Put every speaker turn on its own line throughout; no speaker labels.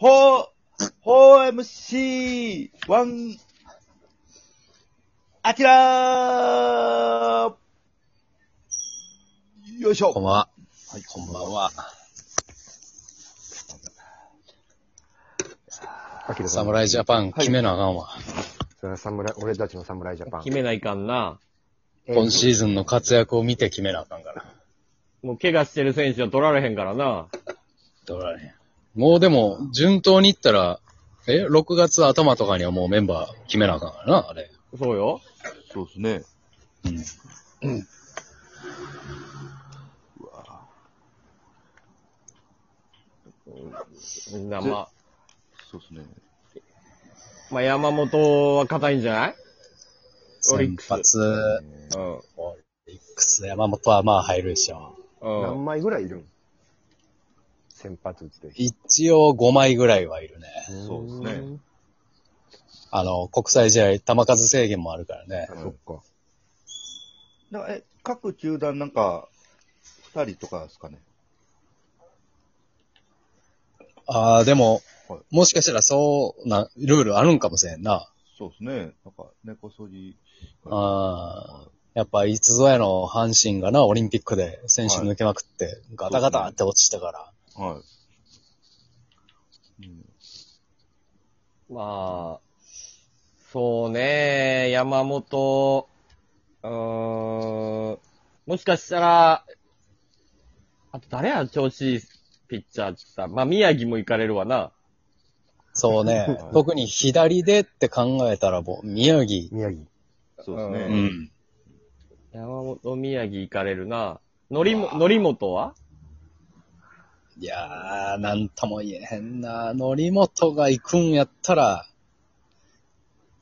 4、4MC1、アキラーよいし
こん
ょ
ばんは。はい、こんばんは。
秋田さん。
侍ジャパン、決めなあかんわ。
それは侍、俺たちの侍ジャパン
決。めないかんな。
今シーズンの活躍を見て決めなあかんから。
もう怪我してる選手は取られへんからな。
どうられへん。もうでも、順当にいったら、え、6月頭とかにはもうメンバー決めなあかんからな、あれ。
そうよ。
そうですね。
うん。
みんな、まあ、
そうですね。
まあ、山本は硬いんじゃないオリッ
先
クス
発、オリックス、山本はまあ入るでしょ。
うん。うん。
何枚ぐらいいるん先発打って。
一応5枚ぐらいはいるね。
そうですね。
あの、国際試合、球数制限もあるからね
あ、。そっか。
だからえ、各球団なんか、二人とかですかね。
ああ、でも
はい、
もしかしたらそうな、ルールあるんかもしれんな。
そうですね。なんか、猫そぎ。
ああ、やっぱいつぞやの阪神がな、オリンピックで選手抜けまくって、ガタガタって落ちたから。
はい。うん
まあ、そうね、山本、うーん、もしかしたら、あと誰や、調子いいピッチャーってさ、まあ、宮城も行かれるわな。
そうね。特に左でって考えたら、もう、宮城。
宮城。
そうですね。
う
うん。
山本、宮城行かれるな。のりも、のりもとはい
やー、なんとも言えへんな。則本が行くんやったら、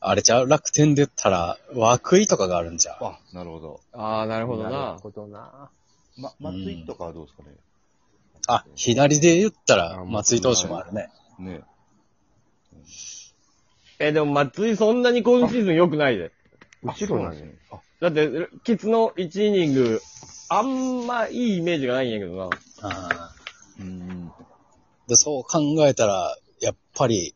あれちゃう楽天で言ったら、涌井とかがあるんじゃう
あ、なるほど。
ああ、なるほど
な
な
る。ほどな。
ま、松井とかはどうですかね。
あ、左で言った
あ
ら、
もう
松井投手もあるね。
ね。
え、でも松井そんなに今シーズン良くないで。
後ろなんや。
あ、
だって、キツの1イニング、あんまいいイメージがないんやけどな。
あー
うん。
で、そう考えたら、やっぱり、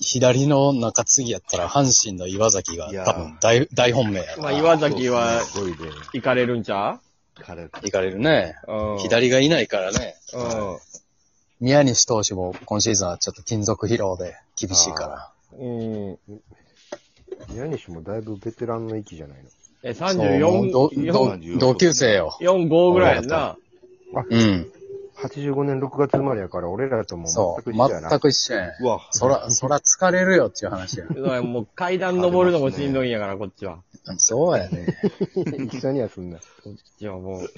左の中継ぎやったら、阪神の岩崎が
いやー
多分大、大本命やろ
まあ、
な。
岩崎は
すごいで。
行かれるんちゃ
彼、
行かれるね。
ううん。
左がいないからね。
う
宮西投手も今シーズンはちょっと金属疲労で厳しいから。
ん。うん。
宮西もだいぶベテランの域じゃないの。
え、
そうどど
34、
同級生よ。
4、5ぐらいやんな。
うん。
85年6月生まれやから、俺らとも
そう。
全く一緒やな。
全く一緒やん。
うわ、
そら、そら疲れるよっていう話や。
うわもう階段登るのもしんどいんやから、こっちは。こ
そうやね。
一緒にはすんな。
っちはもう。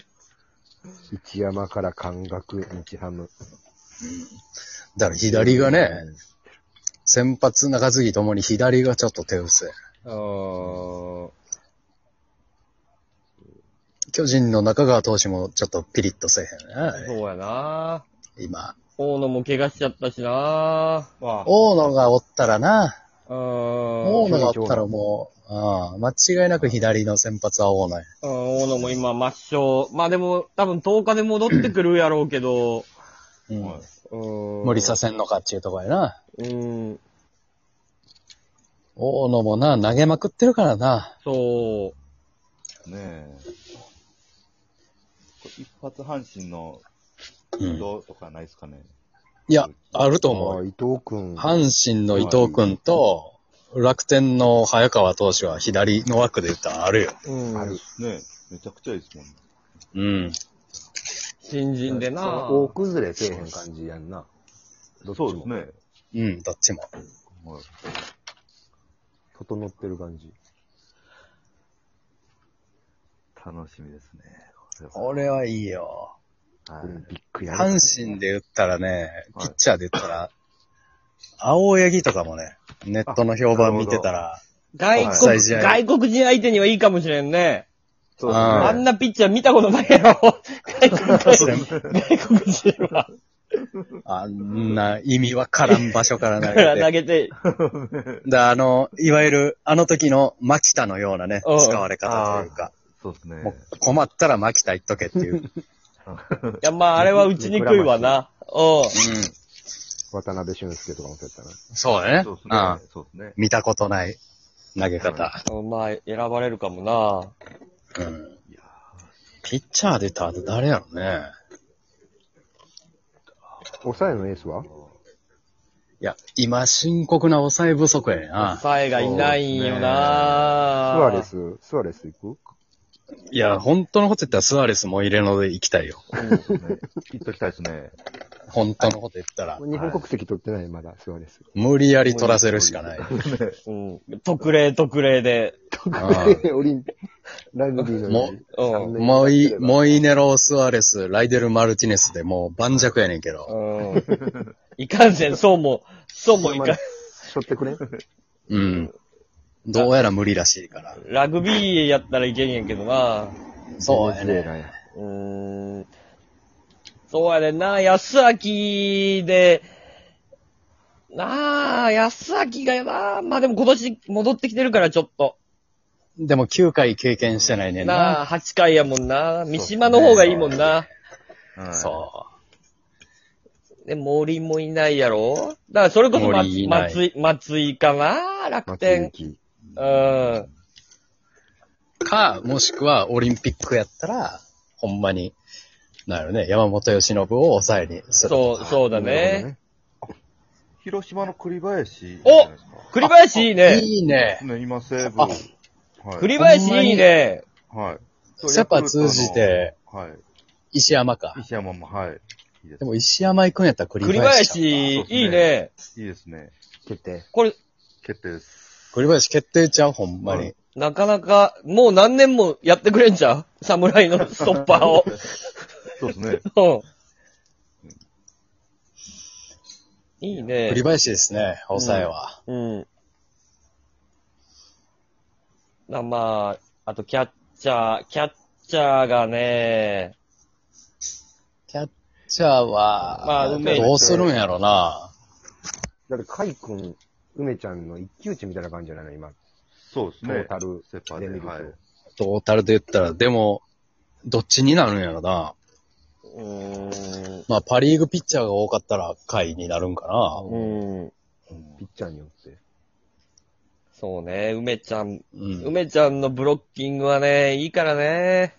一山から感覚、日ハム。
だから左がね、先発中継ぎともに左がちょっと手薄や。
うーん。
巨人の中川投手もちょっとピリッとせえへんねあれ。
そうやな。
今。
大野も怪我しちゃったしな。
わ、
大野がおったらな、
うーん。
大野がおったらもう、ああ間違いなく左の先発は大野や。
うん、大野も今抹消。まあでも、多分10日で戻ってくるやろうけど、
うん。
うん。
無理させんのかっていうとこやな。
うん。
大野もな、投げまくってるからな。
そう。
ねえ。これ一発阪神の
うん。
どうとかないですかね。
いや、あると思
ああ、
う。
伊藤くん。
阪神の伊藤君と、楽天の早川投手は左の枠で言ったらあるよ。
うん。
ある。
ねえ、めちゃくちゃいいですもんね。
うん。
新人でな。
大崩れせえへん感じやんな。どっち
そうです
も。
ね。
うん、どっちも。
はい
整ってる感じ。
楽しみですね。こ
これはいいよ。
れは
オリンピックやる。
阪神で言ったらね、
は
ピ
い
ッチャーで言ったら、青柳とかもね、ネットの評判見てたら、
外
国際
国、
試合
外国人相手にはいいかもしれんね。
そうですね
はい
あんなピッチャー見たことないやろ。外国人、外国人は。
あんな意味わからん場所から投
だ
げ
から投
て。
げて、
だあの、いわゆる、あの時の牧田のようなね、
うん
使われ方というか、
そうですね。
もう困ったら牧田行っとけっていう。うん。
いや、まあ、あれは打ちにくいわな。うん。
渡辺俊介とかもそうやったな。
そうだね。
そうです
う
ね
ん。。
そうですね。
見たことない投げ方。
まあ、選ばれるかもな。
うん。ピッチャー出た後誰やろね。
抑えのエースはい
や、今深刻な抑え不足やねんな。
サエがいないんよな。
スアレス、スアレス行く
いや、本当のこと言ったらスアレスも入れので行きたいよ。
そうですね。行っときたいですね。
本当のこと言ったら。
日本国籍取ってない、まだ、スアレス。
無理やり取らせるしかない。
うん。特例、特例で。
オリンピック、ラグビーの
も
うん。
う
モイ、モイネロ・スアレス、ライデル・マルティネスでもう盤石やねんけど。
うん。いかんせん、そうも、そうもいかん。
しょってく れん
うん。どうやら無理らしいから。
ラグビーやったらいけんやけどな。
そうや
ベネズエ
ね。
ラや
うーん。そうやねんな、安明で、なあ、安明がなまあでも今年戻ってきてるからちょっと。
でも9回経験してないねん
な
な。
あ、8回やもんな。三島の方がいいもんな。
はい
そ
で、森もいないやろだからそれこそ松
森いない
松井、松井かな楽
松
天。
雪。
うん。
う。か、もしくはオリンピックやったら、ほんまに、なるね、山本由伸を抑えにする。
そう、そうだ
なるほど
ね。。
広島の栗林。
お栗林いいね。
いいね。
ね、今西武。
あ
はい。
栗林いいね。
はい。そう
セパ通じ。て、
ヤクルトのはい。
石山か。
石山も、はい。いいです
でも石山行くんやったら栗
栗
林ちゃうか。
林
そうですね
いいね。
いいですね。
決定。
これ、
決定です。
栗林決定ちゃう、ほんま
う
に
ん。
なかなか、もう何年もやってくれん じゃん侍のストッパーを。
そうですね。
うん。いいね
栗。林ですね、抑えは。
うん。なまあ、あとキャッチャー、キャッチャーがね、
キャッチャー
まあ
は、
梅
どうするんやろな。
だって、カイ君、梅ちゃんの一騎打ちみたいな感じじゃないの、今。
そうです
ト
ね
ー。タル
セパ
で
で。
見ると。
はい。
トータルで言ったら、でも、どっちになるんやろな。
うーん。
まあ、パリーグピッチャーが多かったら、下位になるんかな。
うん。
ピッチャーによって。
そうね、梅ちゃん、
うん。
梅ちゃんのブロッキングはね、いいからね。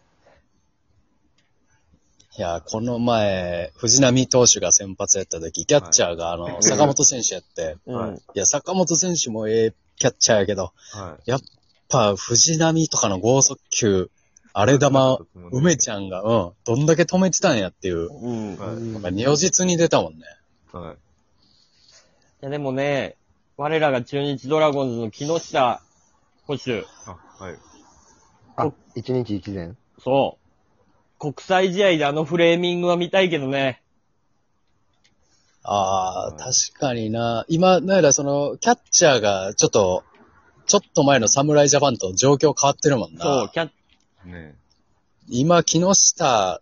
いや、この前、藤浪投手が先発やった時、キャッチャーが、あ の、坂本選手やって、
うん。
はい
いや、坂本選手もええキャッチャーやけど、
はい。
やっぱ藤浪とかの剛速球、あれ 玉、梅ちゃんが、うん、どんだけ止めてたんやっていう、
うん。い
はい
なんか如実に出たもんね。
はい。
や、でもね、我らが中日ドラゴンズの木下捕手、
あ、はい。
あ、一日一善
そう。国際試合であのフレーミングは見たいけどね。
ああ、
うん
確かにな。今、なんやらその、キャッチャーが、ちょっと、ちょっと前の侍ジャパンと状況変わってるもんな。
そう、キャッ
ね
今、木下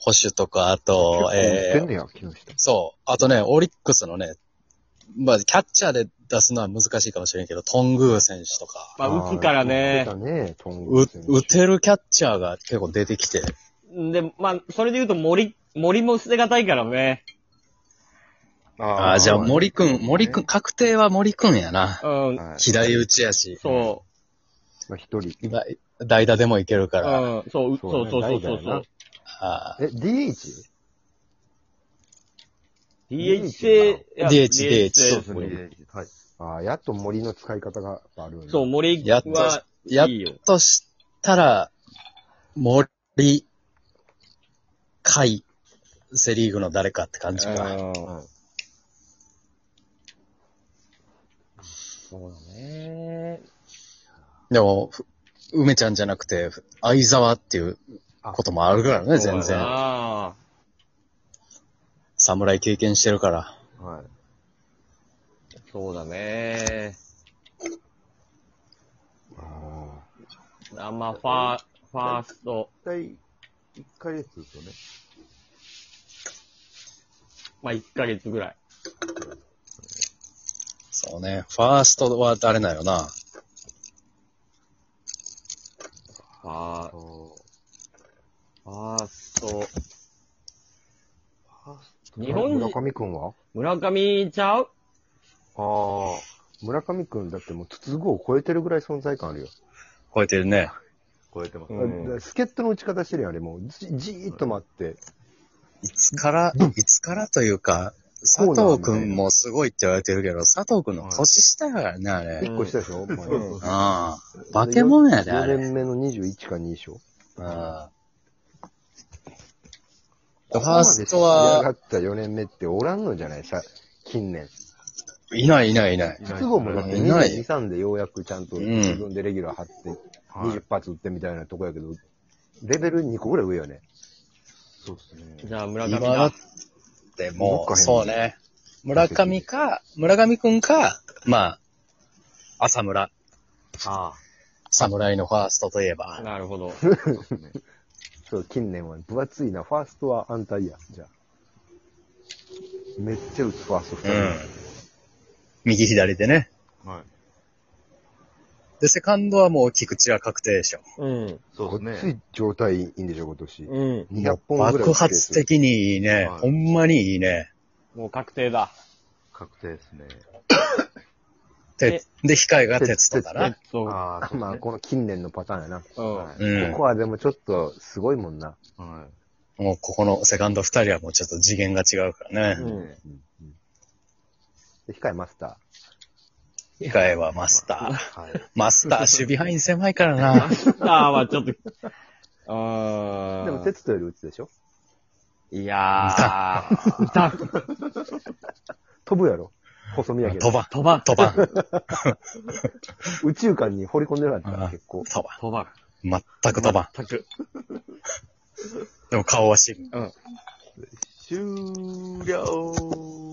捕手とか、あと、
言って
え
ん
ー、
ねや、木下。
そう、あとね、オリックスのね、まあ、キャッチャーで出すのは難しいかもしれんけど、トングー選手とか、
パ打つからね
あ。ー打てたね、トン
う
グ
打てるキャッチャーが結構出てきて、
で、まあ、それで言うと森、森も捨てがたいからね。
え。
ああー、じゃあ森くん、森くん、
ね
確定は森くんやな。
うん。
はい
左打ちやし、
そ
まあ、一人。
だ代打でもいけるか
う。う
ら、
ん。そう、そうそうそうそうそう。
あ
え、DH?
DH 制、いや
DH
そうで
制
すね。はい。
ああ、やっと森の使い方があるよね
そう、森
やっと
は、い
やっ
いよ。
としたら、森、海、セリーグの誰かって感じか。
うん
はい
そうだね。
でも、ふ梅ちゃんじゃなくて、ふ相沢っていうこともあるからね、全
そうだ
然。
な
侍経験してるから。
はい。
そうだね。
あ
あんまファー、ファースト。
一回、一ヶ月ですよね。
まあ、1ヶ月ぐらい。
そうね。ファーストは誰なよな。
ファー、
そう
ファースト。
ファース
う。日本
村
人、
上くんは
村上ちゃう
ああ。村上くんだってもう筒香を超えてるぐらい存在感あるよ。
超えてるね。
超えてます
う
ね。
ん
だ助っ人の打ち方してるやん、あれもう。じじーっと待って。
いつから、いつからというか、佐藤くんもすごいって言われてるけど、佐藤くんの年下やからね、あれ。
一個したでしょ、お前
そうそうそう
ああ。化け物やで、あ
4
れ。
年目の21か2でしょ。
あファーストは、
ここまで仕上がった4年目っておらんのじゃないさ、近年。
いないいないいない。
筒香もだって
いない
22、3でようやくちゃんと
うん
自分でレギュラー張って、
はい
20発打ってみたいなとこやけど、レベル2個ぐらい上よね。
そうですね。
じゃあ村上
今だ
だ
っ。ても
ど
う、
っかへん
そうね。村上か、村上くんか、まあ、浅村。
あ
侍のファーストといえ
あ、
ば。
なるほど。
そう、近年は分厚いな。ファーストは安泰や。じゃあ。めっちゃ打つファースト2
う
人。
ん。右左でね。
はい。
で、セカンドはもう菊池は確定でしょ。
うん。
そう
ご
で
っ
す
つ
ね。
い状態いいんでしょ、今年。
うん。
200本ぐらい打ってる
爆発的にいいね。
はい
ほんまにいいね。
もう確定だ。
確定ですね。
てで、控えが鉄とか
あ
な。
そう。
ああ、そう
まあ、この近年のパターンやな。
うん。
は
うん
ここ。はでもちょっとすごいもんな。
は
もうここのセカンド二人はもうちょっと次元が違うからね。
うん
うんうんで控えマスタ
控えはマスタ
い。
ー。
はい。
マスター、守備範囲狭いからな。
ああ、はちょっと。
ー。
あ
でも、テツトより打つでしょ
ーいやー、見た、
飛ぶやろ細身やけど
飛。ばん。飛ばん。飛ばん。
宇宙間に掘り込んでなかった
あー
結構。
飛ばん。
飛ばん。
全く飛ばん。
全く。
でも顔は死ぬ。
終了